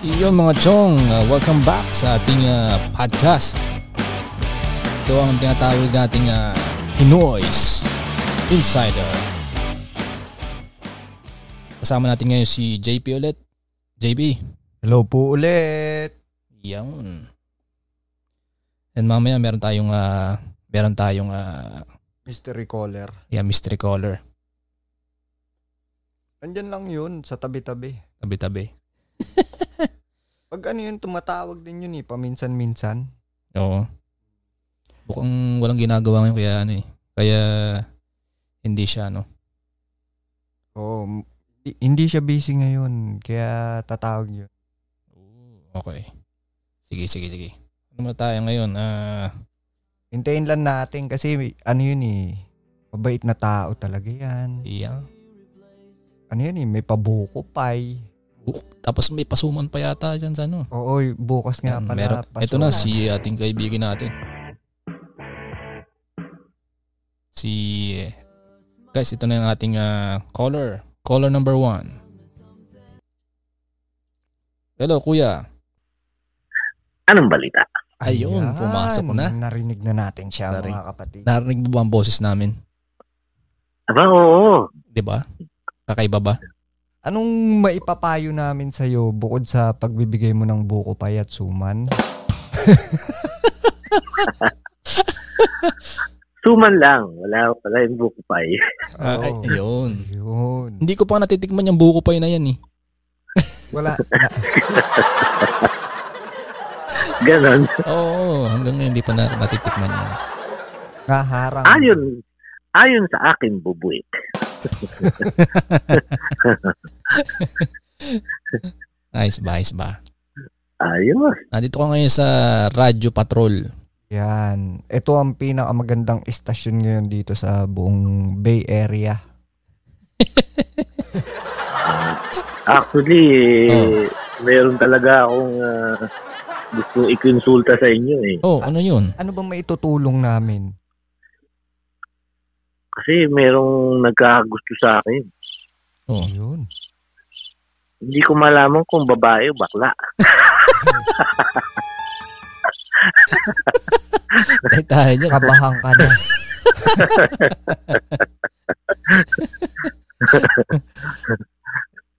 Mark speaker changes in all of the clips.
Speaker 1: Yun mga chong, uh, welcome back sa ating uh, podcast. Ito ang tinatawag nating uh, Hinoy's Insider. Kasama natin ngayon si JP ulit. JP,
Speaker 2: Hello po ulit.
Speaker 1: yun. And mamaya meron tayong ah, meron tayong ah,
Speaker 2: Mystery caller.
Speaker 1: yeah, mystery caller
Speaker 2: Andyan lang yun sa tabi-tabi.
Speaker 1: tabi-tabi.
Speaker 2: Pag ano yun, tumatawag din yun eh, paminsan-minsan.
Speaker 1: Oo. Bukang walang ginagawa ngayon kaya ano eh. Kaya hindi siya ano.
Speaker 2: Oo, m- i- hindi siya busy ngayon, kaya tatawag yun.
Speaker 1: Okay. Sige, sige, sige. Ano ba tayo ngayon? Ah,
Speaker 2: Hintayin lang natin kasi ano yun eh, mabait na tao talaga yan.
Speaker 1: yeah.
Speaker 2: Ano yun eh, may pabuko pay.
Speaker 1: Tapos may pasuman pa yata dyan sa ano.
Speaker 2: Oo, y- bukas nga
Speaker 1: Yan,
Speaker 2: pala.
Speaker 1: Mm, meron.
Speaker 2: pasok.
Speaker 1: Ito na, si ating kaibigan natin. Si... Guys, ito na yung ating ah, caller. Caller number one. Hello, kuya.
Speaker 3: Anong balita?
Speaker 1: Ayun, pumasok na.
Speaker 2: Narinig na natin siya
Speaker 1: Narinig.
Speaker 2: mga kapatid.
Speaker 1: Narinig mo ba ang boses namin?
Speaker 3: Aba, oo.
Speaker 1: Di ba? Kakaiba ba?
Speaker 2: Anong maipapayo namin sa'yo bukod sa pagbibigay mo ng buko pay at suman?
Speaker 3: Suman lang. Wala, wala yung buko pa eh.
Speaker 1: Ah, ay-
Speaker 2: Oo.
Speaker 1: ayun.
Speaker 2: Yun.
Speaker 1: Hindi ko pa natitikman yung buko pay na yan eh.
Speaker 2: Wala. Na-
Speaker 3: Ganon.
Speaker 1: Oo, hanggang ngayon hindi pa na, natitikman yan.
Speaker 2: naharang.
Speaker 3: Ayon, ayon sa akin, bubuik.
Speaker 1: Nice ba, nice ba?
Speaker 3: Ayos.
Speaker 1: Nandito ka ngayon sa Radyo Patrol.
Speaker 2: Yan. Ito ang pinakamagandang istasyon ngayon dito sa buong Bay Area.
Speaker 3: Actually, eh,
Speaker 1: Oh.
Speaker 3: meron talaga akong ah, gusto ikonsulta sa inyo eh.
Speaker 1: Oh, ano yun?
Speaker 2: Ano bang maitutulong namin?
Speaker 3: Kasi merong nagkakagusto sa akin.
Speaker 1: Oh.
Speaker 2: Yun.
Speaker 3: Hindi ko malaman kung babae o bakla.
Speaker 1: Ay, tayo dyan.
Speaker 2: Kabahan ka na.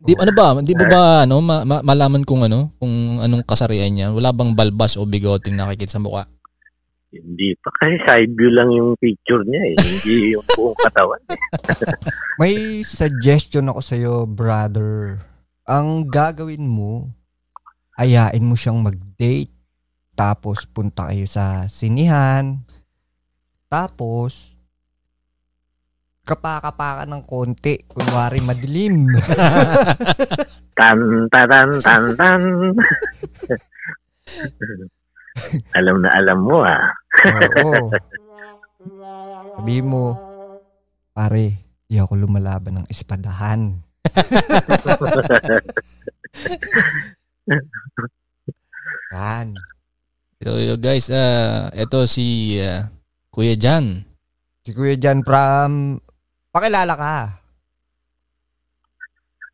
Speaker 1: Di, ano ba? Hindi ba ba ano, ma- ma- malaman kung ano? Kung anong kasarian niya? Wala bang balbas o bigoting nakikita sa mukha?
Speaker 3: Hindi pa. Kasi side view lang yung picture niya eh. Hindi yung buong katawan.
Speaker 2: May suggestion ako sa'yo, brother. Ang gagawin mo, ayain mo siyang mag-date. Tapos punta kayo sa sinihan. Tapos, kapakapakan ng konti. Kunwari madilim.
Speaker 3: Tan, taran, tan, tan. alam na alam mo ah.
Speaker 2: Oo. Sabi mo, pare, di ako lumalaban ng espadahan. Yan.
Speaker 1: So, yo, guys, ah, ito si ah, Kuya Jan.
Speaker 2: Si Kuya Jan Pram, pakilala ka.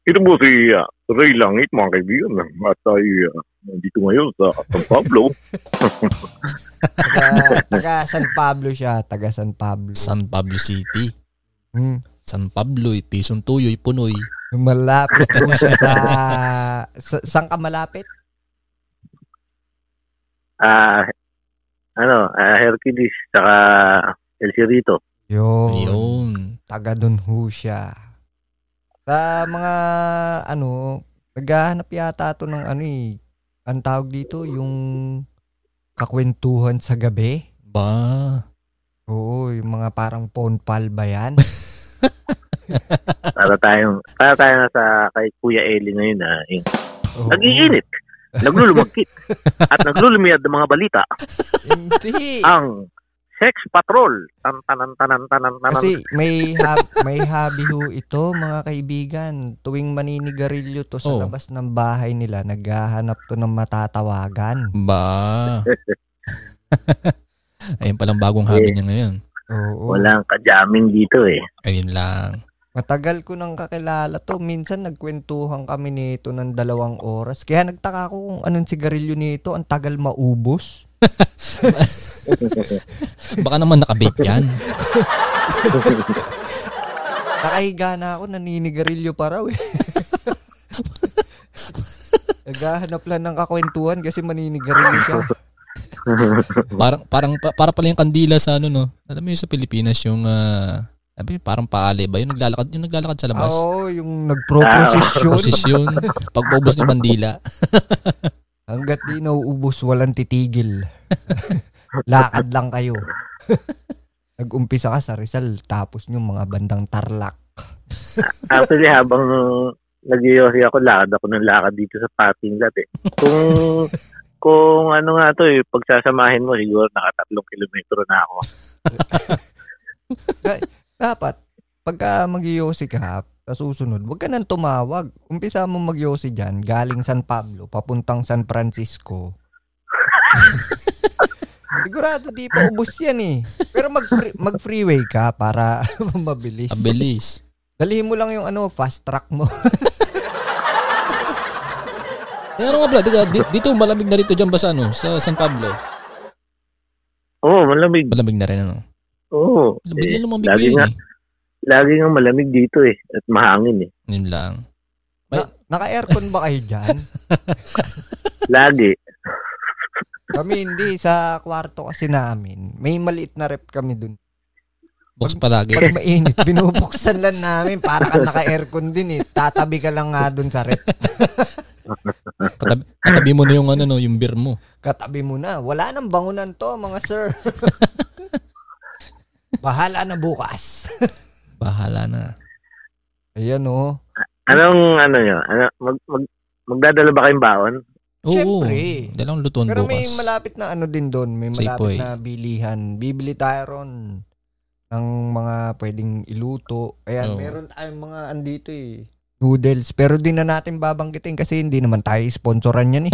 Speaker 3: Ito po si uh, Ray Langit, mga kaibigan. At tayo uh, nandito ngayon sa San Pablo.
Speaker 2: Taga, taga San Pablo siya. Taga San Pablo.
Speaker 1: San Pablo City.
Speaker 2: Hmm.
Speaker 1: San Pablo, Pisong Tuyoy, Punoy.
Speaker 2: Malapit po siya sa... sa saan ka malapit?
Speaker 3: Ah, ano, ah, Hercules, saka El Cerrito.
Speaker 2: Yun.
Speaker 1: Ayun.
Speaker 2: taga doon ho siya. Sa mga ano, naghahanap yata to ng ano eh, ang tawag dito, yung kakwentuhan sa gabi.
Speaker 1: Ba?
Speaker 2: Oo, yung mga parang phone pal ba yan?
Speaker 3: Para tayong, para tayo na sa kay Kuya Eli ngayon na yung
Speaker 2: Oo.
Speaker 3: Ano nag-iinit, naglulumagkit, at naglulumiyad ng mga balita.
Speaker 2: Hindi.
Speaker 3: Ang Sex Patrol. Tan, tanan, tanan, tanan, tanan.
Speaker 2: Kasi may hab- may hobby ho ito mga kaibigan. Tuwing maninigarilyo to sa
Speaker 1: Oo.
Speaker 2: labas ng bahay nila, naghahanap to ng matatawagan.
Speaker 1: Ba? Ayun palang bagong hobby niya ngayon.
Speaker 2: Oo.
Speaker 3: Walang kajaming dito eh.
Speaker 1: Ayun lang.
Speaker 2: Matagal ko nang kakilala to. Minsan nagkwentuhan kami nito ng dalawang oras. Kaya nagtaka ko kung anong sigarilyo nito. Ang tagal maubos.
Speaker 1: Baka naman nakabape yan.
Speaker 2: Nakahiga na ako, naninigarilyo pa raw eh. Naghahanap lang ng kakwentuhan kasi maninigarilyo siya.
Speaker 1: Parang, parang, pa- para pala yung kandila sa ano, no? Alam mo yun sa Pilipinas, yung, ah, sabi, parang paali ba? Yung naglalakad, yung naglalakad sa labas.
Speaker 2: Oo, yung nagproposisyon.
Speaker 1: Posisyon. Pagpaubos ng bandila.
Speaker 2: Hanggat di nauubos, walang titigil. Lakad lang kayo. Nag-umpisa ka sa Rizal, tapos yung mga bandang Tarlac.
Speaker 3: Actually, habang nagyoyosi ako, lakad ako ng lakad dito sa pating lot eh. Kung, kung ano nga to eh, pagsasamahin mo, siguro nakatatlong kilometro na ako.
Speaker 2: Dapat, pagka mag ka, sa susunod, huwag ka nang tumawag. Umpisa mo mag dyan, galing San Pablo, papuntang San Francisco. Sigurado di pa ubos yan eh. Pero mag, mag-freeway ka para mabilis.
Speaker 1: Ang bilis.
Speaker 2: Dalhin mo lang yung ano, fast track mo.
Speaker 1: Eh, ano nga pala, diga, di- dito malamig na rito dyan ba sa ano, sa San Pablo?
Speaker 3: Oo, malamig.
Speaker 1: Malamig na rin ano.
Speaker 3: Oo.
Speaker 1: Bigla
Speaker 3: Eh,
Speaker 1: lumamig yun
Speaker 3: lagi nga,
Speaker 1: eh.
Speaker 3: lagi nga malamig dito eh. At mahangin eh.
Speaker 1: Yun lang.
Speaker 2: Na, naka-aircon ba kayo dyan?
Speaker 3: Lagi.
Speaker 2: Kami hindi. Sa kwarto kasi namin, may maliit na rep kami dun.
Speaker 1: Bukas palagi.
Speaker 2: Pag mainit, binubuksan lang namin para ka naka-aircon din eh. Tatabi ka lang nga dun sa rep.
Speaker 1: Katabi, katabi mo na yung ano, no, yung beer mo.
Speaker 2: Katabi mo na. Wala nang bangunan to, mga sir. Bahala na bukas.
Speaker 1: Bahala na.
Speaker 2: Ayan oh.
Speaker 3: Anong ano nyo? Ano, mag, mag, magdadala ba kayong baon?
Speaker 1: Oo.
Speaker 2: Siyempre.
Speaker 1: Dalawang lutuan
Speaker 2: Pero may
Speaker 1: bukas. eh.
Speaker 2: malapit na ano din doon. May malapit
Speaker 1: Safeway.
Speaker 2: na bilihan. Bibili tayo ron ng mga pwedeng iluto. Ayan,
Speaker 1: Oo.
Speaker 2: meron tayong mga andito eh. Noodles. Pero di na natin babanggitin kasi hindi naman tayo sponsoran yan eh.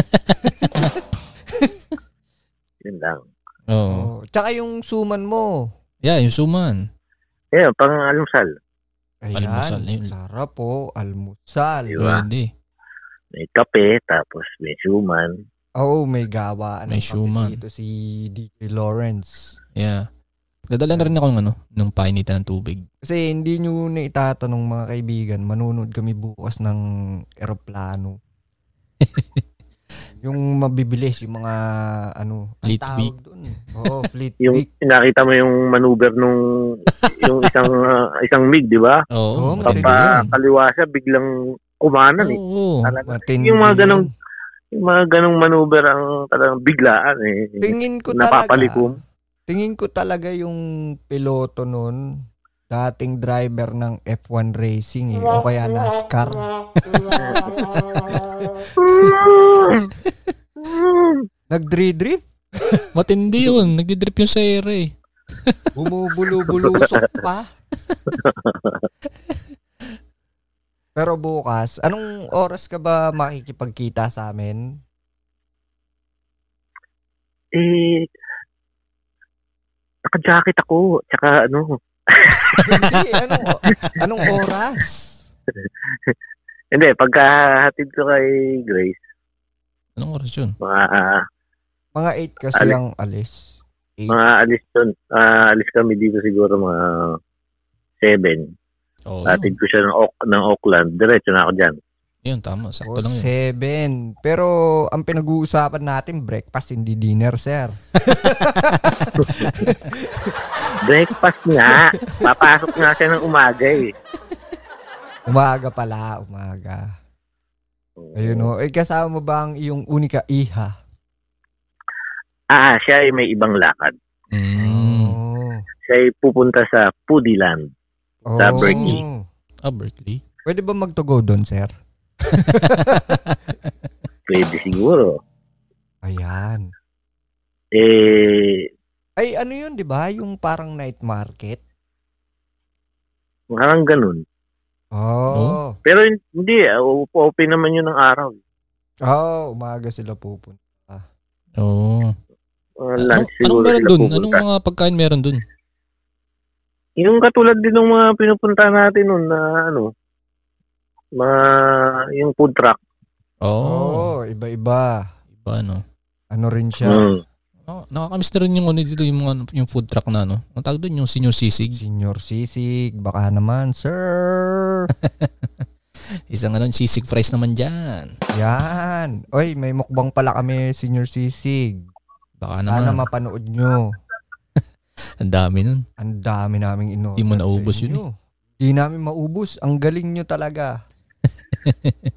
Speaker 3: Yun lang.
Speaker 1: Oo.
Speaker 2: Oo. Oh, Tsaka yung suman mo.
Speaker 1: Yeah, yung suman.
Speaker 3: Eh, pang almusal.
Speaker 2: Ayan,
Speaker 1: Almusal eh. yun.
Speaker 2: sarap po. Almusal.
Speaker 3: Diba?
Speaker 1: Pwede.
Speaker 3: May kape, tapos may suman.
Speaker 2: Oo, oh, may gawa.
Speaker 1: May suman.
Speaker 2: Dito si DJ Lawrence.
Speaker 1: Yeah. Dadala na rin ako ng ano, ng painitan ng tubig.
Speaker 2: Kasi hindi nyo na itatanong mga kaibigan, manunod kami bukas ng eroplano. yung mabibilis, yung mga ano, ang
Speaker 1: Fleet
Speaker 2: tawag
Speaker 1: week.
Speaker 2: dun. Oo, fleet
Speaker 3: Yung
Speaker 2: week.
Speaker 3: nakita mo yung maneuver nung yung isang ah, isang mig, di ba?
Speaker 1: Oo.
Speaker 2: Oo,
Speaker 1: maganda
Speaker 2: Pwede
Speaker 3: Pagpa
Speaker 1: yun.
Speaker 3: kaliwa siya biglang kumanan eh.
Speaker 1: Oo.
Speaker 3: Talaga.
Speaker 2: Matindi
Speaker 3: Yung mga
Speaker 2: yun.
Speaker 3: ganong yung mga ganong maneuver ang talagang biglaan eh.
Speaker 2: Tingin ko talaga,
Speaker 3: Napapalikom.
Speaker 2: tingin ko talaga yung piloto nun, dating driver ng F1 racing eh, o kaya NASCAR. Nag-drift,
Speaker 1: Matindi yun. Nagdi-drip yung sa air eh.
Speaker 2: Bumubulu-bulusok pa. Pero bukas, anong oras ka ba makikipagkita sa amin?
Speaker 3: eh, naka-jacket ako. Tsaka ano,
Speaker 2: Hindi, anong, anong oras?
Speaker 3: hindi, pagkahatid ko kay Grace,
Speaker 1: Anong oras yun?
Speaker 3: mga, ah,
Speaker 2: Mga 8 kasi
Speaker 3: Alis.
Speaker 2: ang alis.
Speaker 3: mga alis doon. Ah, alis kami dito siguro mga 7.
Speaker 1: Oo.
Speaker 3: Hatid ko siya ng, Oak- ng Auckland. Diretso na ako dyan.
Speaker 1: Yun, tama. Sakto
Speaker 2: O
Speaker 3: Oh,
Speaker 1: lang eh. yun.
Speaker 2: 7. Pero ang pinag-uusapan natin, breakfast, hindi dinner, sir.
Speaker 3: Breakfast nga. Papasok nga siya ng umaga eh.
Speaker 2: Umaga pala, umaga. Ayun
Speaker 1: oh.
Speaker 2: o. Eh, kasama mo ba ang iyong unika iha?
Speaker 3: Ah, siya ay may ibang lakad.
Speaker 1: Mm.
Speaker 2: Oo.
Speaker 3: Siya ay pupunta sa Pudiland.
Speaker 2: Oo.
Speaker 3: Sa Berkeley.
Speaker 1: Ah, Berkeley.
Speaker 2: Oh. Pwede ba magtugo doon, sir?
Speaker 3: Pwede siguro.
Speaker 2: Ayan.
Speaker 3: Eh,
Speaker 2: Ay, ano yun, di ba? Yung parang night market.
Speaker 3: parang ganun.
Speaker 1: Hmm?
Speaker 2: Oo. Oh.
Speaker 3: Pero hin- hindi, ah, open naman yun ng araw.
Speaker 2: Oo, umaga sila pupunta.
Speaker 1: Oo.
Speaker 3: Uh,
Speaker 1: Anong,
Speaker 3: lunch
Speaker 1: anong
Speaker 3: Ah, siguro
Speaker 1: meron
Speaker 3: sila
Speaker 1: dun?
Speaker 3: pupunta.
Speaker 1: Anong mga pagkain meron dun?
Speaker 3: Yung katulad din ng mga pinupunta natin noon na ano, mga yung food truck. Oh.
Speaker 1: Oo.
Speaker 2: Oo, iba-iba.
Speaker 1: Iba, no?
Speaker 2: Ano rin siya?
Speaker 3: Mm.
Speaker 1: No, nakakamiss na rin yung ano dito, yung, mga, yung food truck na, no? Ang tawag doon, yung senior sisig.
Speaker 2: Senior sisig, baka naman, sir.
Speaker 1: Isang ano, sisig fries naman dyan.
Speaker 2: Yan. Oy, may mukbang pala kami, senior sisig.
Speaker 1: Baka
Speaker 2: Sana
Speaker 1: naman,
Speaker 2: mapanood nyo.
Speaker 1: ang dami nun.
Speaker 2: Ang dami naming ino.
Speaker 1: Di mo naubos yun eh.
Speaker 2: Di namin maubos. Ang galing nyo talaga.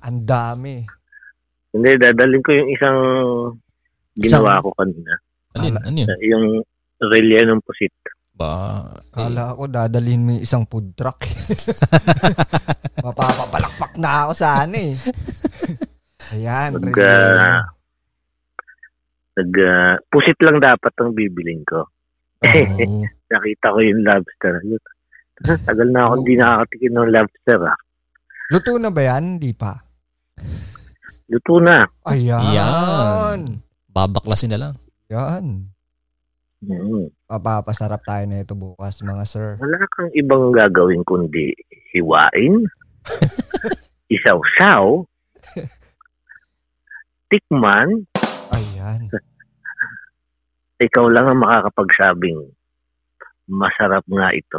Speaker 2: Ang dami.
Speaker 3: Hindi, dadalhin ko yung isang ginawa ko kanina.
Speaker 1: Ano yun? Ano yun?
Speaker 3: Yung relleno ng pusit.
Speaker 1: Ba, eh,
Speaker 2: Kala ko dadalhin mo yung isang food truck. Mapapapalakpak na ako sana eh. Ayan.
Speaker 3: Pag,
Speaker 2: relleno.
Speaker 3: ah, Nag, ah, pusit lang dapat ang bibiling ko.
Speaker 1: eh, oo.
Speaker 3: Nakita ko yung lobster. Yun. Tagal na ako hindi nakakatikin ng lobster. Ah.
Speaker 2: Luto na ba yan? Di pa.
Speaker 3: Luto na.
Speaker 2: Ayan.
Speaker 1: Yan. babaklasin na lang.
Speaker 2: Yan.
Speaker 3: Mm.
Speaker 2: Papapasarap tayo na ito bukas mga sir.
Speaker 3: Wala kang ibang gagawin kundi hiwain, isaw-saw, tikman,
Speaker 2: Ayan.
Speaker 3: ikaw lang ang makakapagsabing masarap nga ito.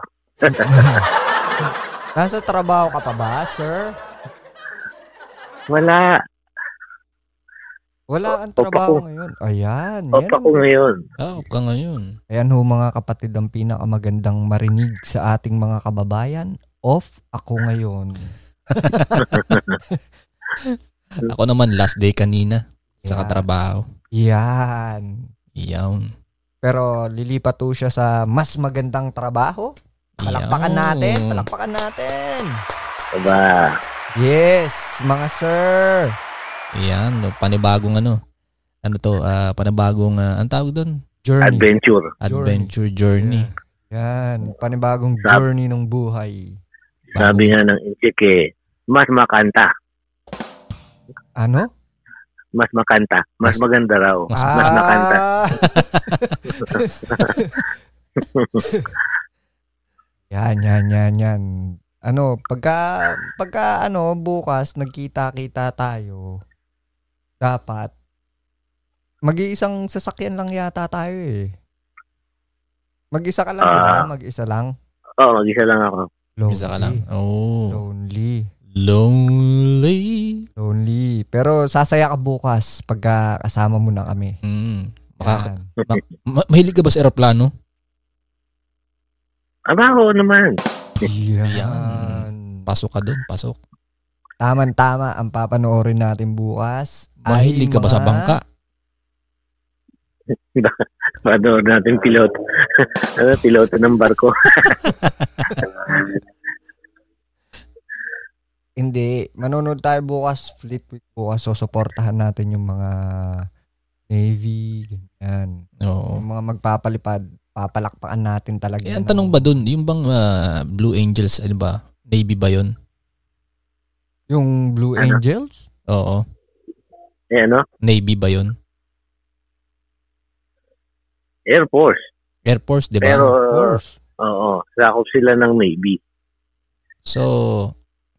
Speaker 2: Nasa trabaho ka pa ba, sir?
Speaker 3: Wala.
Speaker 2: Wala ang
Speaker 3: Opa
Speaker 2: trabaho
Speaker 3: ko.
Speaker 2: ngayon. Ayan. yan
Speaker 3: Opa
Speaker 2: ang-
Speaker 3: ko ngayon.
Speaker 1: Ah, ka ngayon.
Speaker 2: Ayan ho mga kapatid ang pinakamagandang marinig sa ating mga kababayan. Off ako ngayon.
Speaker 1: Ako naman, last day kanina. Sa
Speaker 2: Yeah.
Speaker 1: katrabaho.
Speaker 2: Yan.
Speaker 1: Iyawn.
Speaker 2: Pero lilipat ho siya sa mas magandang trabaho. Palakpakan
Speaker 1: Iyawn.
Speaker 2: natin. Palakpakan natin.
Speaker 3: Aba,
Speaker 2: Yes, mga sir.
Speaker 1: Iyan, panibagong ano. Ano to, ah, panibagong, ah, ang tawag doon?
Speaker 2: Journey.
Speaker 3: adventure.
Speaker 1: Adventure journey.
Speaker 2: Yan. Panibagong
Speaker 3: Sab-
Speaker 2: journey ng buhay.
Speaker 3: Sabi nga ng Inchike, mas makanta.
Speaker 2: Ano?
Speaker 3: Mas makanta. Mas
Speaker 1: Mas-
Speaker 3: maganda raw.
Speaker 1: Mas-
Speaker 2: Ah.
Speaker 3: mas makanta.
Speaker 2: yan, yan, yan, yan. Ano, pagka, pagka ano, bukas, nagkita-kita tayo, dapat, mag-iisang sasakyan lang yata tayo eh. Mag-isa ka lang, di ba?
Speaker 3: Ah.
Speaker 2: Mag-isa lang.
Speaker 3: Oo, mag-isa lang ako.
Speaker 2: Lonely.
Speaker 1: Isa ka lang. Oh.
Speaker 2: Lonely.
Speaker 1: Lonely.
Speaker 2: Lonely. Pero sasaya ka bukas pagka kasama mo na kami.
Speaker 1: Mm. Makaka-
Speaker 2: Yan.
Speaker 1: Ma- mahilig ka ba sa eroplano?
Speaker 3: Aba, oo naman.
Speaker 2: Yan.
Speaker 1: Pasok ka doon, pasok.
Speaker 2: Tama-tama ang papanoorin natin bukas. ay
Speaker 1: Mahilig Ah, ka ba sa
Speaker 2: mga-
Speaker 1: bangka?
Speaker 3: Panood natin piloto. ano, piloto ng barko.
Speaker 2: Hindi. Manonood tayo bukas, Fleet Week bukas. So, supportahan natin yung mga Navy, ganyan.
Speaker 1: Oo.
Speaker 2: Yung mga magpapalipad, papalakpakan natin talaga.
Speaker 1: Oh. Eh, ang
Speaker 2: ng-
Speaker 1: tanong ba doon, yung bang ah, Blue Angels, ano ba? Navy ba yun?
Speaker 2: Yung Blue
Speaker 3: Ano?
Speaker 2: Angels?
Speaker 1: Oo.
Speaker 3: Eh, ano?
Speaker 1: Navy ba yun?
Speaker 3: Air Force.
Speaker 1: Air Force, di ba?
Speaker 3: Pero,
Speaker 2: Of course.
Speaker 3: oo, sakop sila ng Navy.
Speaker 1: so,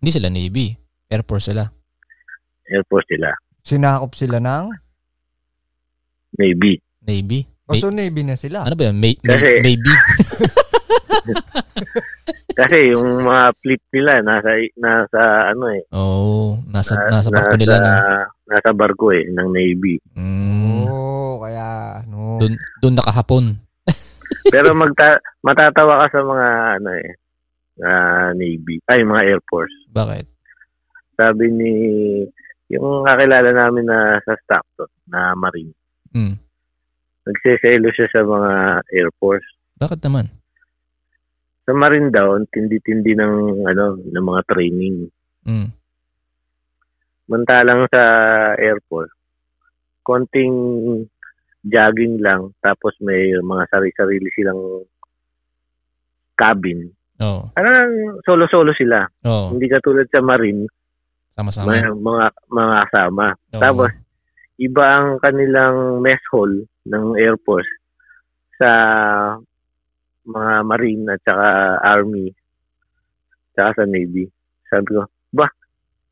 Speaker 1: hindi sila Navy. Air Force sila.
Speaker 3: Air Force sila.
Speaker 2: Sinakop sila ng...
Speaker 3: Navy.
Speaker 1: Navy.
Speaker 2: O, so, Navy na sila.
Speaker 1: Ano ba yun? May,
Speaker 3: Kasi-
Speaker 1: Navy.
Speaker 3: Kasi yung mga fleet nila nasa nasa ano eh
Speaker 1: Oo. nasa,
Speaker 3: na-
Speaker 1: nasa barko nila. No?
Speaker 3: Ah, nasa barko eh ng Navy.
Speaker 1: Mm,
Speaker 2: Oo, Oh, kaya... ano, No.
Speaker 1: doon, doon nakahapon.
Speaker 3: Pero magta matatawa ka sa mga ano eh ah, Navy, ay mga Air Force.
Speaker 1: Bakit?
Speaker 3: Sabi ni yung kakilala namin na sa Stockton na Marine.
Speaker 1: Mm.
Speaker 3: Nagseselo siya sa mga Air Force.
Speaker 1: Bakit naman?
Speaker 3: Sa Marine daw, ang tindi-tindi ng ano, ng mga training.
Speaker 1: Mm.
Speaker 3: Mantalang sa Air Force, konting jogging lang tapos may mga sarili-sarili silang cabin.
Speaker 1: Oo.
Speaker 3: Parang solo-solo sila.
Speaker 1: Oo.
Speaker 3: Hindi katulad sa Marine
Speaker 1: Sama-sama.
Speaker 3: may mga mga kasama.
Speaker 1: Oo.
Speaker 3: Tapos iba ang kanilang mess hall ng Air Force sa mga marine at saka army saka sa navy. Sabi ko, ba,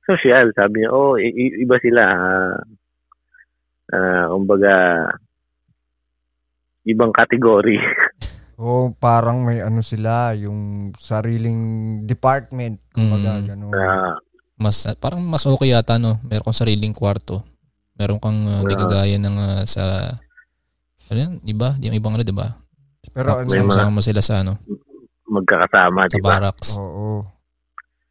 Speaker 3: social. Sabi niya, oh, i- i- iba sila. ah, ah, kumbaga, ibang kategory.
Speaker 2: Oo, parang may ano sila, yung sariling department, kumbaga,
Speaker 1: Mm.
Speaker 2: ganun.
Speaker 3: Ah,
Speaker 1: Mas, parang mas okay yata, no? Meron kang sariling kwarto. Meron kang ah, di
Speaker 3: Ah.
Speaker 1: kagaya ng ah, sa... Ano yan? Iba? Yung ibang ano, di ba?
Speaker 2: Pero ano,
Speaker 3: may mga-
Speaker 1: Sama-sama sila sa, ano,
Speaker 3: magkakasama,
Speaker 1: sa
Speaker 3: di ba?
Speaker 1: barracks.
Speaker 2: oo.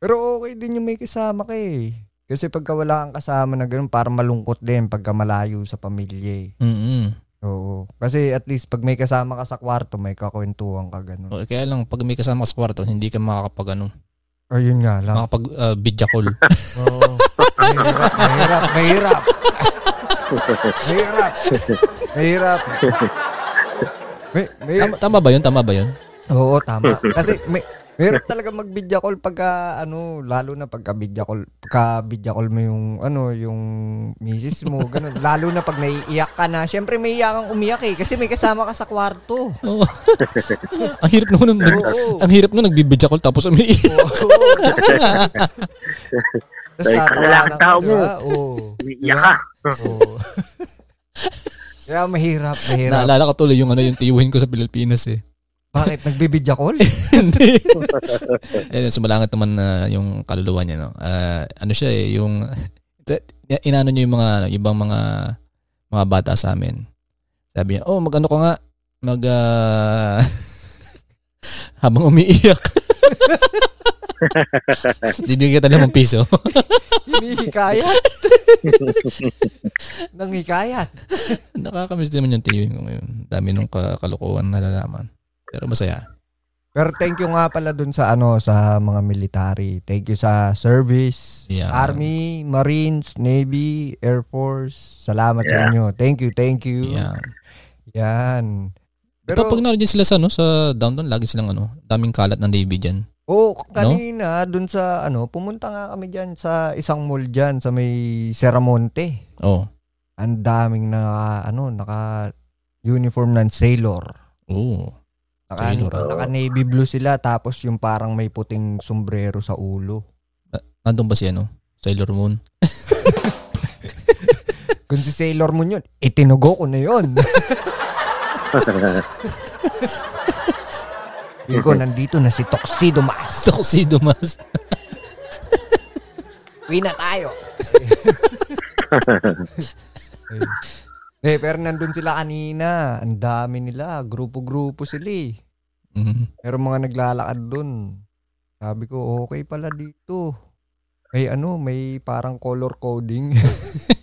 Speaker 2: Pero okay din yung may kasama ka eh. Kasi pagka wala kang kasama na ganun, parang malungkot din pagka malayo sa pamilya eh.
Speaker 1: Mm-mm.
Speaker 2: Oo. Kasi at least pag may kasama ka sa kwarto, may kakwentuhan ka ganun.
Speaker 1: Okay, kaya lang, pag may kasama ka sa kwarto, hindi ka makakapag, ano,
Speaker 2: Ayun nga lang.
Speaker 1: makakapag ah, video call.
Speaker 2: Oo. Mahirap, mahirap, mahirap. Mahirap. Mahirap. May, may,
Speaker 1: tama, tama ba yun? Tama ba yun?
Speaker 2: oo, tama. Kasi may, mahirap talaga mag-video call pagka, ano, lalo na pagka video call, pagka video call mo yung, ano, yung misis mo, ganun. Lalo na pag naiiyak ka na. Siyempre, may iyak kang umiyak eh, kasi may kasama ka sa kwarto.
Speaker 1: Oo. ang hirap nun, nung,
Speaker 2: Oo.
Speaker 1: ang hirap nun, nagbibidya call tapos umi
Speaker 2: Oo. Tapos
Speaker 3: Dahil
Speaker 2: tatawanan
Speaker 3: kakalakang tao
Speaker 2: ka,
Speaker 3: mo.
Speaker 2: di ba? Oo.
Speaker 3: Iyak ka.
Speaker 2: Oo. Kaya mahirap, mahirap.
Speaker 1: Naalala ko tuloy yung ano yung tiyuhin ko sa Pilipinas eh.
Speaker 2: Bakit? Nagbibidya call?
Speaker 1: Hindi. Ayun, sumalangit naman na yung kaluluwa niya no. Ah, ano siya eh yung inano niya yung mga ibang mga mga bata sa amin. Sabi niya, "Oh, magano ka nga mag ah, habang umiiyak." Bibigyan kita ng limang piso.
Speaker 2: Hinihikayat? Nang hikayat?
Speaker 1: Nakakamiss din naman yung tiyuhin ko ngayon. Dami nung ka- kalukuhan na nalalaman. Pero masaya.
Speaker 2: Pero thank you nga pala dun sa ano sa mga military. Thank you sa service,
Speaker 1: Yeah.
Speaker 2: Army, Marines, Navy, Air Force. Salamat sa
Speaker 3: Yeah.
Speaker 2: inyo. Thank you, thank you.
Speaker 1: Yeah.
Speaker 2: Yan.
Speaker 1: Pero
Speaker 2: Pero
Speaker 1: pag nandiyan sila sa ano sa downtown lagi silang ano, daming kalat ng Navy diyan.
Speaker 2: oh, kanina dun sa ano, pumunta nga kami diyan sa isang mall diyan sa may Seramonte.
Speaker 1: Oh.
Speaker 2: ang daming na ano naka uniform ng sailor.
Speaker 1: Oo.
Speaker 2: Naka,
Speaker 1: Sailor, ah.
Speaker 2: naka navy blue sila tapos yung parang may puting sombrero sa ulo.
Speaker 1: Nandun ba si ano? Sailor Moon?
Speaker 2: Kung si Sailor Moon yun, itinugo ko na yun. Yun ko, nandito na si Tuxedo Mask.
Speaker 1: Gusto ko si Dumas.
Speaker 2: Uwi na tayo. eh, pero nandun sila kanina. Ang dami nila. Grupo-grupo sila eh.
Speaker 1: Mhm.
Speaker 2: Pero mga naglalakad dun. Sabi ko, okay pala dito. May ano, may parang color coding.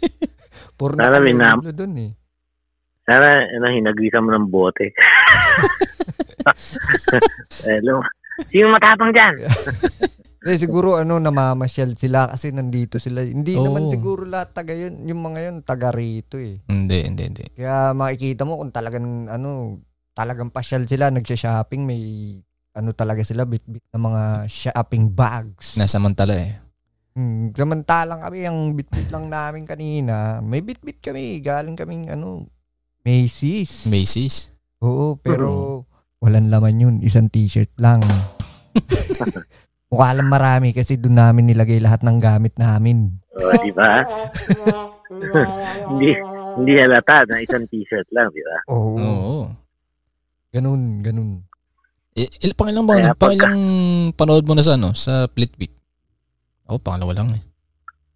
Speaker 2: Puro
Speaker 3: Sana may
Speaker 2: na
Speaker 3: nam-
Speaker 2: kanilo dun eh.
Speaker 3: Sana, ano, hinagisa mo ng bote. Hello. Sino matapang dyan?
Speaker 2: Eh, siguro ano, namamasyal sila kasi nandito sila. Hindi
Speaker 1: Oo.
Speaker 2: naman siguro lahat taga yun. Yung mga yun, taga rito eh.
Speaker 1: Hindi, hindi, hindi.
Speaker 2: Kaya makikita mo kung talagang ano, talagang pasyal sila, nagsha-shopping, may ano talaga sila, bit-bit ng mga shopping bags.
Speaker 1: Nasamantala eh.
Speaker 2: Hmm, samantalang kami, ang bitbit lang namin kanina, may bitbit kami, galing kaming ano, Macy's.
Speaker 1: Macy's.
Speaker 2: Oo, pero walang laman yun, isang t-shirt lang. Mukha lang marami kasi doon namin nilagay lahat ng gamit namin.
Speaker 3: O, Oh, di ba? hindi, hindi halata na isang t-shirt lang, di ba?
Speaker 2: Oo,
Speaker 1: Oo.
Speaker 2: ganun, ganun.
Speaker 1: Eh, il- pangilang ba?
Speaker 3: Kaya
Speaker 1: Ano?
Speaker 3: pagka-
Speaker 1: Pangilang panood mo na sa ano? Sa Plitvic? Ako, pangalawa lang eh.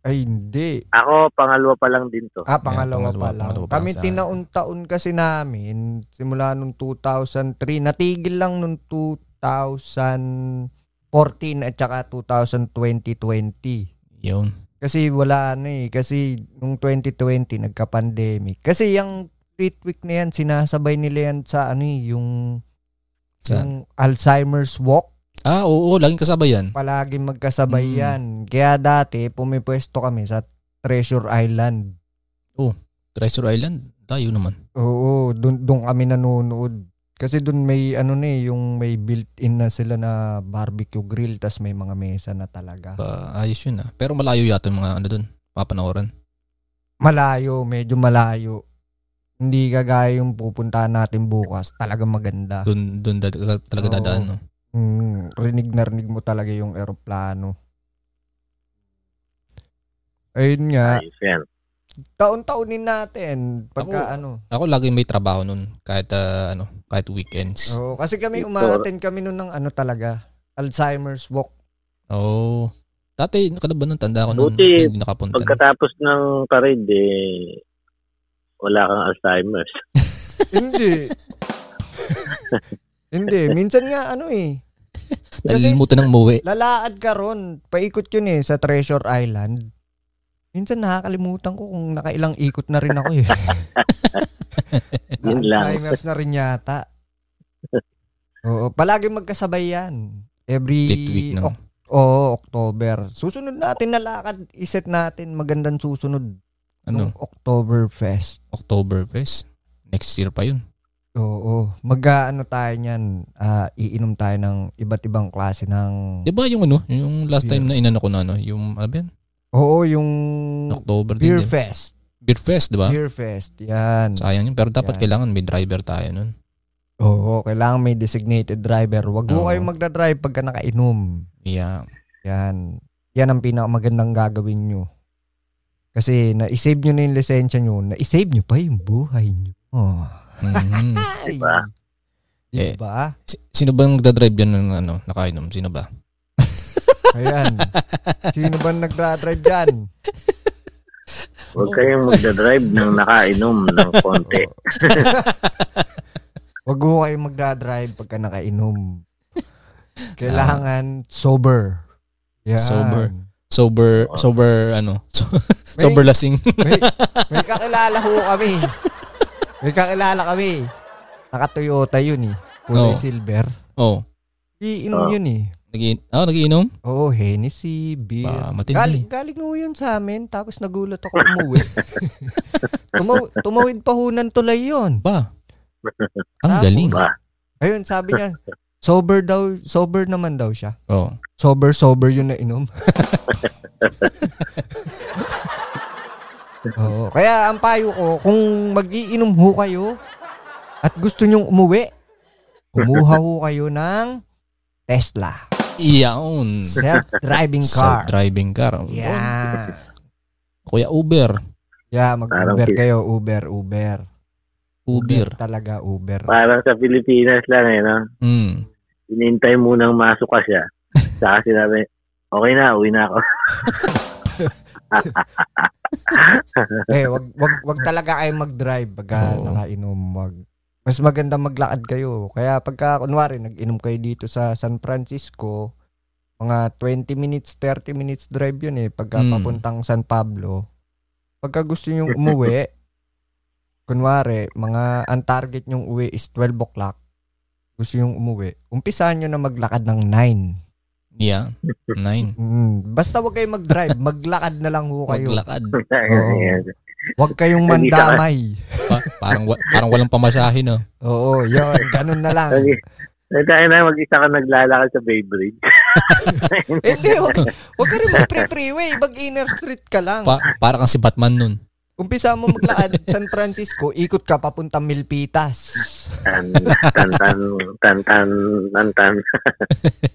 Speaker 2: Ay, hindi.
Speaker 3: Ako, pangalawa pa lang din to.
Speaker 2: Ah, pangalawa,
Speaker 1: pangalawa,
Speaker 2: pa lang.
Speaker 1: pangalawa pa
Speaker 2: Kami
Speaker 1: lang sa-
Speaker 2: tinaon-taon kasi namin simula nung 2003. Natigil lang nung 2014 at saka 2020.
Speaker 1: Yun.
Speaker 2: Kasi wala na eh. Kasi nung 2020, nagka-pandemic. Kasi yung tweet week na yan, sinasabay nila yan sa ano eh, yung,
Speaker 1: Saan?
Speaker 2: yung Alzheimer's walk.
Speaker 1: Ah, oo, laging kasabay yan.
Speaker 2: Palagi magkasabay
Speaker 1: Mm.
Speaker 2: yan. Kaya dati, pumipwesto kami sa Treasure Island.
Speaker 1: Treasure Island, tayo naman.
Speaker 2: Oo, doon doon kami nanonood. Kasi doon may ano na eh, yung may built-in na sila na barbecue grill tas may mga mesa na talaga.
Speaker 1: Ah, ayos yun ah. Pero malayo yata yung mga ano dun. Papanawaran.
Speaker 2: Malayo, medyo malayo. Hindi kagaya yung pupuntahan natin bukas. Talaga maganda.
Speaker 1: Doon doon da- talaga
Speaker 2: Oo.
Speaker 1: dadaan. No?
Speaker 2: Mm, rinig na rinig mo talaga yung eroplano. Ayun nga.
Speaker 3: Ayos yan.
Speaker 2: Taon-taonin natin.
Speaker 1: Ako-
Speaker 2: Pagka ano.
Speaker 1: Ako lagi may trabaho noon kahit ah, ano, kahit weekends.
Speaker 2: Oo, kasi kami
Speaker 3: Victor.
Speaker 2: umaattend kami nun ng ano talaga. Alzheimer's walk.
Speaker 1: Oo. Oh. Dati ano ka na ba nun? tanda ko nun
Speaker 3: Buti,
Speaker 1: hindi nakapunta. nun.
Speaker 3: Pagkatapos ng parade, eh, wala kang Alzheimer's.
Speaker 2: Hindi. Hindi. Minsan nga ano eh. Kasi
Speaker 1: Nalilimutan ng muwi.
Speaker 2: lalaad ka ron. Paikot yun eh sa Treasure Island. Minsan nakakalimutan ko kung nakailang ikot na rin ako eh.
Speaker 3: Yun lang.
Speaker 2: Alzheimer's na rin yata. Oo, palagi magkasabay yan. Every
Speaker 1: Split week na.
Speaker 2: Ok- Oo, October. Susunod natin na lakad. Iset natin magandang susunod
Speaker 1: Ano?
Speaker 2: nung October Fest.
Speaker 1: October Fest. Next year pa yun.
Speaker 2: Oo. Mag-ano tayo niyan, ah, iinom tayo ng iba't ibang klase ng...
Speaker 1: Di ba yung ano? Yung last
Speaker 2: Beer.
Speaker 1: time na inano ko na ano? Yung ano ba yan?
Speaker 2: Oo, yung
Speaker 1: October din.
Speaker 2: Beer
Speaker 1: di ba?
Speaker 2: Fest.
Speaker 1: Beer Fest, di ba?
Speaker 2: Beer Fest. Yan.
Speaker 1: Sayang yun. Pero dapat
Speaker 2: Yeah.
Speaker 1: kailangan may driver tayo nun.
Speaker 2: Oo, kailangan may designated driver. Huwag mo
Speaker 1: Oo.
Speaker 2: kayong magdadrive pagka nakainom.
Speaker 1: Yeah.
Speaker 2: Yan. Yan ang pinakamagandang gagawin nyo. Kasi na-save nyo na yung lisensya nyo, na-save nyo pa yung buhay nyo. Oh.
Speaker 1: Mhm.
Speaker 2: Ay.
Speaker 3: Diba?
Speaker 1: Eh.
Speaker 2: Diba?
Speaker 1: Si- Sino ba ang nagdadrive dyan ng ano, nakainom? Sino ba?
Speaker 2: Ayan. Sino ba nagdadrive dyan?
Speaker 3: Huwag kayong magdadrive ng nakainom ng konti.
Speaker 2: Huwag mo kayong magdadrive pagka nakainom. Kailangan sober. Yan.
Speaker 1: Sober. Sober,
Speaker 3: Oo.
Speaker 1: sober, ano, so- sober lasing.
Speaker 2: May, may kakilala ho kami. May kakilala kami. Naka-Toyota yun eh. Kulay
Speaker 1: Oo.
Speaker 2: silver.
Speaker 1: oh,
Speaker 2: Iinom
Speaker 3: Oo.
Speaker 2: yun eh.
Speaker 1: nag oh, nagiinom?
Speaker 2: Oo, Hennessy, beer.
Speaker 1: Ba,
Speaker 2: Galing,
Speaker 1: matindi.
Speaker 2: galing ho yun sa amin. Tapos nagulat ako umuwi. Tumaw- tumawid pa ho ng tulay yun.
Speaker 1: Ba, ang
Speaker 2: Tapos-
Speaker 1: galing.
Speaker 3: Ba.
Speaker 2: Ayun, sabi niya, sober daw, sober naman daw siya.
Speaker 1: Oh.
Speaker 2: Sober, sober yun na inom. Oo. Kaya ang payo ko, kung magiinom ho kayo at gusto nyong umuwi, kumuha ho kayo ng Tesla.
Speaker 1: Iyaon.
Speaker 2: Self-driving car.
Speaker 1: Self-driving car.
Speaker 2: Yeah.
Speaker 1: Kuya Uber.
Speaker 2: Yeah, mag-Uber
Speaker 3: Parang-
Speaker 2: kayo. Uber, Uber.
Speaker 1: Uber.
Speaker 2: Talaga, Uber.
Speaker 3: Parang sa Pilipinas lang eh, no?
Speaker 1: Mm.
Speaker 3: Inintay munang masuka siya. Saka sinabi, okay na, uwi na ako.
Speaker 2: eh, wag, wag, wag talaga kayo mag-drive pagka
Speaker 1: Oo.
Speaker 2: nakainom. Wag. Mas maganda maglakad kayo. Kaya pagka, kunwari, nag-inom kayo dito sa San Francisco, mga 20 minutes, 30 minutes drive yun eh, pagka
Speaker 1: Mm.
Speaker 3: Hmm.
Speaker 2: papuntang San Pablo. Pagka gusto nyong umuwi, kunwari, mga, ang target nyong uwi is 12 o'clock, gusto yung umuwi, umpisahan nyo na maglakad ng 9.
Speaker 1: Yeah. Nine.
Speaker 2: Mm. Basta wag kayo mag-drive, maglakad na lang ho kayo.
Speaker 1: Maglakad.
Speaker 2: Wag kayong
Speaker 3: Hindi ka-
Speaker 2: mandamay.
Speaker 1: Pa- parang, wa- parang walang pamasahe, no?
Speaker 2: Oo, yun. Ganun na lang.
Speaker 3: Lagi, tayo na mag-isa ka naglalakad sa Bay Bridge.
Speaker 2: Eh, Hindi, wag, wag ka rin mag-pre-freeway. Mag-inner street ka lang.
Speaker 1: Pa- parang si Batman nun.
Speaker 2: Umpisa mo maglaad San Francisco, ikot ka papunta Milpitas.
Speaker 3: Tan, tan, tan, tan, tan, tan, tan.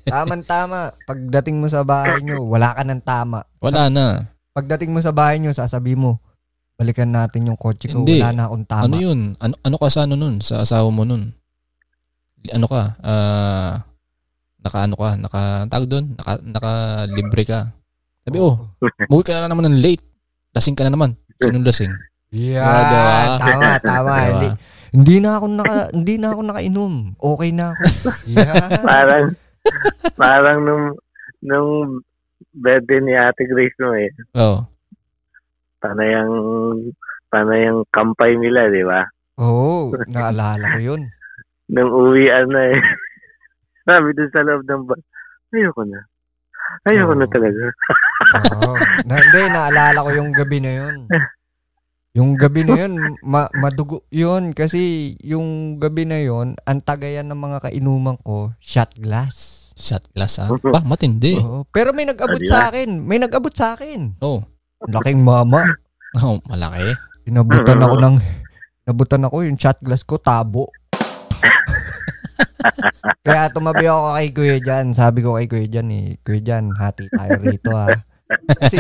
Speaker 2: Tama-tama. Pagdating mo sa bahay nyo, wala ka ng tama.
Speaker 1: Wala na.
Speaker 2: Pagdating mo sa bahay nyo, sasabi mo, balikan natin yung kotse ko.
Speaker 1: Hindi.
Speaker 2: Wala na akong tama.
Speaker 1: Ano yun? Ano, ano ka sa ano nun? Sa asawa mo nun? Ano ka? Ah, naka ano ka? Naka, tawag doon? Naka, naka libre ka. Sabi, oh, Muwi ka na naman ng late. Lasing ka na naman. Sinong lasing?
Speaker 2: Yeah,
Speaker 1: Ah, diba?
Speaker 2: tama, tama.
Speaker 1: Diba?
Speaker 2: Hindi, hindi na ako naka, hindi na ako nakainom. Okay na ako. Yeah.
Speaker 3: Parang, parang nung, nung birthday ni Ate Grace mo eh.
Speaker 1: Oo.
Speaker 3: Panayang, panayang kampay nila, di ba?
Speaker 2: Oo, naalala ko yun.
Speaker 3: Nung uwian na eh. Sabi dun sa loob ng ba- ayoko na. Ayoko na
Speaker 2: Oo.
Speaker 3: talaga.
Speaker 2: Oo. na, hindi, naalala ko yung gabi na yun. Yung gabi na yun, ma- madugo yun. Kasi yung gabi na yun, ang tagayan ng mga kainuman ko, shot glass.
Speaker 1: Shot glass ah. Ba, matindi.
Speaker 2: Oo. Pero may nag-abot
Speaker 3: Adios.
Speaker 2: sa akin. May nag-abot sa akin.
Speaker 1: Oo.
Speaker 2: Laking mama.
Speaker 1: Oh, malaki.
Speaker 2: Inabutan ako ng Nabutan ako yung shot glass ko, tabo. Kaya tumabi ako kay Kuya Jan. Sabi ko kay Kuya Jan eh, Kuya Jan, hati tayo rito ha. Kasi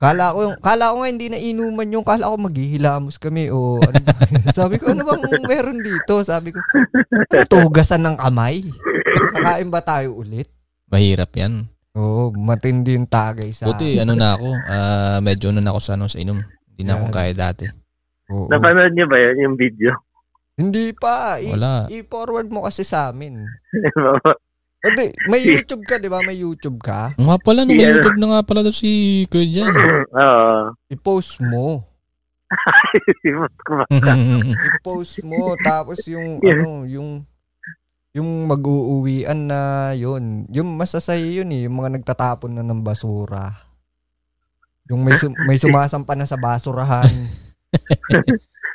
Speaker 2: kala ko, yung, kala ko nga hindi na inuman yung kala ko maghihilamos kami o ano. sabi ko, ano bang meron dito? Sabi ko, ano to, hugasan ng kamay? Kakain ba tayo ulit?
Speaker 1: Mahirap yan.
Speaker 2: Oo, matindi yung tagay sa...
Speaker 1: Buti ano na ako, ah, medyo ano na ako sa ano sa inom. Hindi na ako
Speaker 2: Yan.
Speaker 1: kaya dati.
Speaker 2: Oo.
Speaker 3: Napanood niyo ba yun, yung video?
Speaker 2: Hindi pa. I-
Speaker 1: Wala.
Speaker 2: I-forward mo kasi sa amin.
Speaker 3: Oo,
Speaker 2: O di, may YouTube ka, di ba? May YouTube ka.
Speaker 1: Nga pala, no, may
Speaker 3: Yeah.
Speaker 1: YouTube na nga pala daw si Kuya Jan.
Speaker 2: I-post mo.
Speaker 3: Simot ko ba?
Speaker 2: I-post mo. Tapos yung,
Speaker 3: Yeah.
Speaker 2: ano, yung, yung mag-uuwian na yun. Yung masasaya yun eh. Yung mga nagtatapon na ng basura. Yung may, sum- may sumasampa na sa basurahan.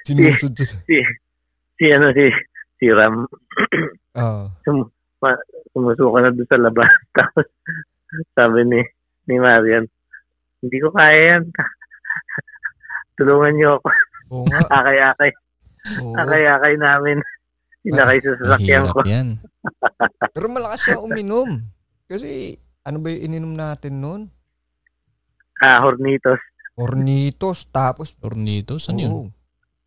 Speaker 2: Sinusud.
Speaker 3: Si ano, si, si Ram,
Speaker 2: Oh.
Speaker 3: sumusuka na doon sa labas. Tapos, sabi ni, ni Marian, hindi ko kaya yan. Tulungan niyo ako.
Speaker 2: Oo nga.
Speaker 3: Akay-akay.
Speaker 2: Oo.
Speaker 3: Ah, Akay-akay namin. Sinakay sa sasakyan
Speaker 1: Mahirap
Speaker 3: ko.
Speaker 1: yan.
Speaker 2: Pero malakas siya uminom. Kasi, ano ba yung ininom natin noon?
Speaker 3: Ah, Hornitos.
Speaker 2: Hornitos, tapos
Speaker 1: Tornito, saan yun?
Speaker 2: Oo.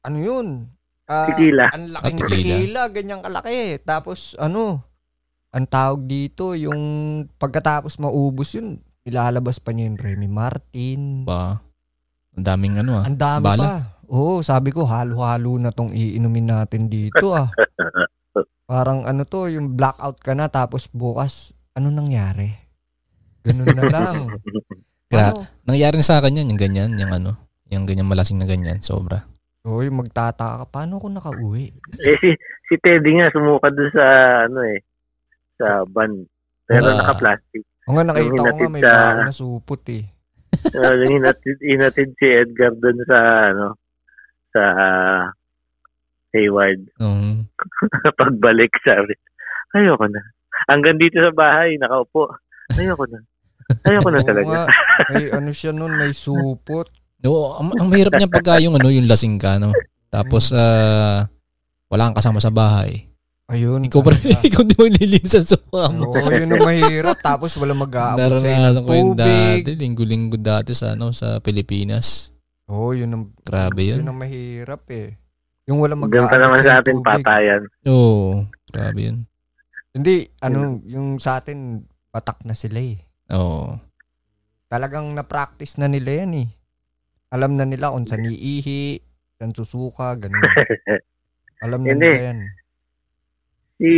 Speaker 2: Ano yun? Ah,
Speaker 3: Tequila.
Speaker 2: Ang laking
Speaker 1: Ah, tequila.
Speaker 2: tequila. ganyang kalaki. Tapos ano, ang tawag dito, yung pagkatapos maubos yun, ilalabas pa niya yung Remy Martin.
Speaker 1: Ba? Ang daming ano ah.
Speaker 2: Ang dami
Speaker 1: Bala.
Speaker 2: pa. Oo, sabi ko, halo-halo na tong iinumin natin dito ah. Parang ano to, yung blackout ka na tapos bukas, ano nangyari? Ganun na lang.
Speaker 1: Gra-
Speaker 2: Ano?
Speaker 1: Nangyari na sa akin yan, yung ganyan, yung ano, yung ganyan malasing na ganyan, sobra.
Speaker 2: Oo, yung magtataka ka, paano ako nakauwi?
Speaker 3: Eh, si, si Teddy nga sumuka doon sa, ano eh, sa van. Pero
Speaker 1: Ah.
Speaker 3: naka-plastic.
Speaker 2: O nga, nakita ko nga may
Speaker 3: Hinatid sa-
Speaker 2: tao na supot eh.
Speaker 3: Uh, inatid, inatid si Edgar doon sa, ano, sa ah, Hayward.
Speaker 1: Um,
Speaker 3: Pagbalik, sabi, ayoko na. Hanggang dito sa bahay, nakaupo. Ayoko na. Ayoko na
Speaker 2: Oo
Speaker 3: talaga.
Speaker 2: nga. May ano siya nun, may supot.
Speaker 1: no, ang, ang mahirap niya pagka yung ano, yung lasing ka, no? Tapos, ah, wala kang kasama sa bahay.
Speaker 2: Ayun.
Speaker 1: Ikaw pa rin,
Speaker 2: talaga.
Speaker 1: ikaw di mo nililisan sa mukha mo.
Speaker 2: Oo, yun ang mahirap. Tapos wala mag-aabot sa inyo
Speaker 1: Naranasan
Speaker 2: ng
Speaker 1: ko yun
Speaker 2: tubig.
Speaker 1: dati, linggo-linggo dati sa, ano, sa Pilipinas.
Speaker 2: Oo, yun ang,
Speaker 1: Grabe
Speaker 2: yun
Speaker 1: yun.
Speaker 2: ang mahirap eh. Yung wala
Speaker 3: Hanggang
Speaker 2: mag-aabot
Speaker 3: pa naman sa atin,
Speaker 2: tubig.
Speaker 3: patayan.
Speaker 1: Oo, grabe yun.
Speaker 2: Hindi, ano, yung sa atin, patak na sila eh.
Speaker 1: Oo.
Speaker 2: Talagang na-practice na nila yan eh. Alam na nila kung saan iihi, saan susuka, ganun. Alam na
Speaker 3: Hindi.
Speaker 2: nila yan.
Speaker 3: si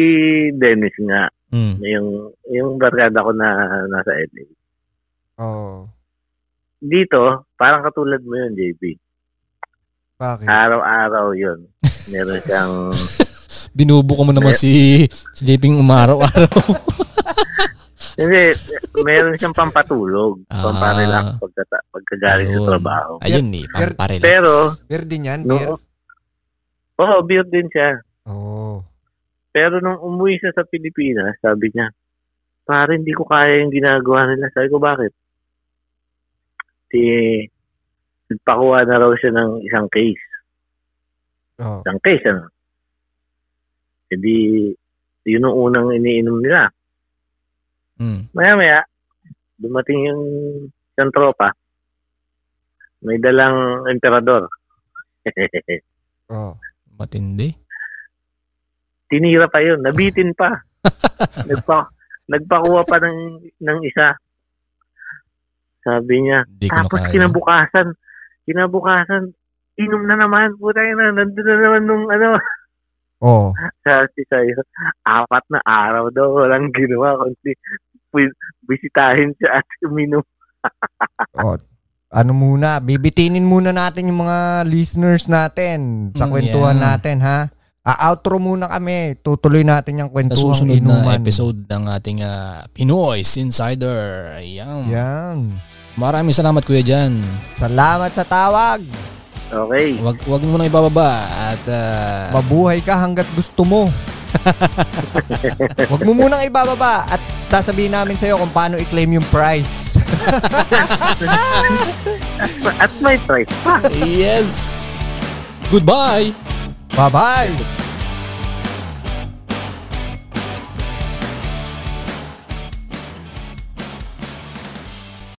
Speaker 3: Dennis nga,
Speaker 1: Mm.
Speaker 3: yung yung barkada ko na nasa LA.
Speaker 2: Oo.
Speaker 3: Dito, parang katulad mo yun, JB.
Speaker 2: Bakit?
Speaker 3: Ah. Araw-araw yun. Meron siyang...
Speaker 1: Binubuko mo naman si, si JP ng umaraw-araw.
Speaker 3: hindi, meron siyang pampatulog.
Speaker 1: Ah.
Speaker 3: Pamparelax pagkata,
Speaker 1: Ayun.
Speaker 3: pagkagaling sa trabaho.
Speaker 1: Ayun eh,
Speaker 2: Pero-
Speaker 1: pamparelax.
Speaker 3: pero-
Speaker 2: Beer din yan,
Speaker 3: No.
Speaker 2: beer.
Speaker 3: Oo, beer din siya.
Speaker 2: Oo.
Speaker 3: Pero nung umuwi siya sa Pilipinas, sabi niya, pare, hindi ko kaya yung ginagawa nila. Sabi ko, bakit? Di, nagpakuha na raw siya ng isang case.
Speaker 2: Oo.
Speaker 3: Isang case, ano? E di, yun ang unang iniinom nila.
Speaker 1: Mm.
Speaker 3: Maya maya, dumating yung isang tropa. May dalang emperador.
Speaker 2: Oo.
Speaker 1: Matindi.
Speaker 3: Tinira pa yun. Nabitin pa. Nagpa, nagpakuha pa ng, ng isa. Sabi niya,
Speaker 1: Hindi ko na
Speaker 3: tapos
Speaker 1: kaya.
Speaker 3: kinabukasan, kinabukasan, inom na naman. Putay na, nandun na naman nung ano.
Speaker 2: Oo.
Speaker 3: Sabi sa'yo, apat na araw daw walang ginawa kundi pu- bisitahin siya at uminom.
Speaker 2: O, ano muna, bibitinin muna natin yung mga listeners natin sa
Speaker 1: Mm,
Speaker 2: kwentuhan
Speaker 1: yeah.
Speaker 2: natin, ha? A-outro muna kami. Tutuloy natin yung
Speaker 1: Sa
Speaker 2: kwentuhan
Speaker 1: susunod na
Speaker 2: inuman.
Speaker 1: episode ng ating ah, Pinoy Insider. Ayan.
Speaker 2: Yan.
Speaker 1: Maraming salamat Kuya Jan.
Speaker 2: Salamat sa tawag.
Speaker 3: Okay.
Speaker 1: Wag wag mo nang ibababa at ah,
Speaker 2: Mabuhay ka hanggat gusto mo. Huwag mo munang ibababa at sasabihin namin sa'yo kung paano i-claim yung prize.
Speaker 3: At may price pa.
Speaker 1: yes. Goodbye.
Speaker 2: Bye-bye!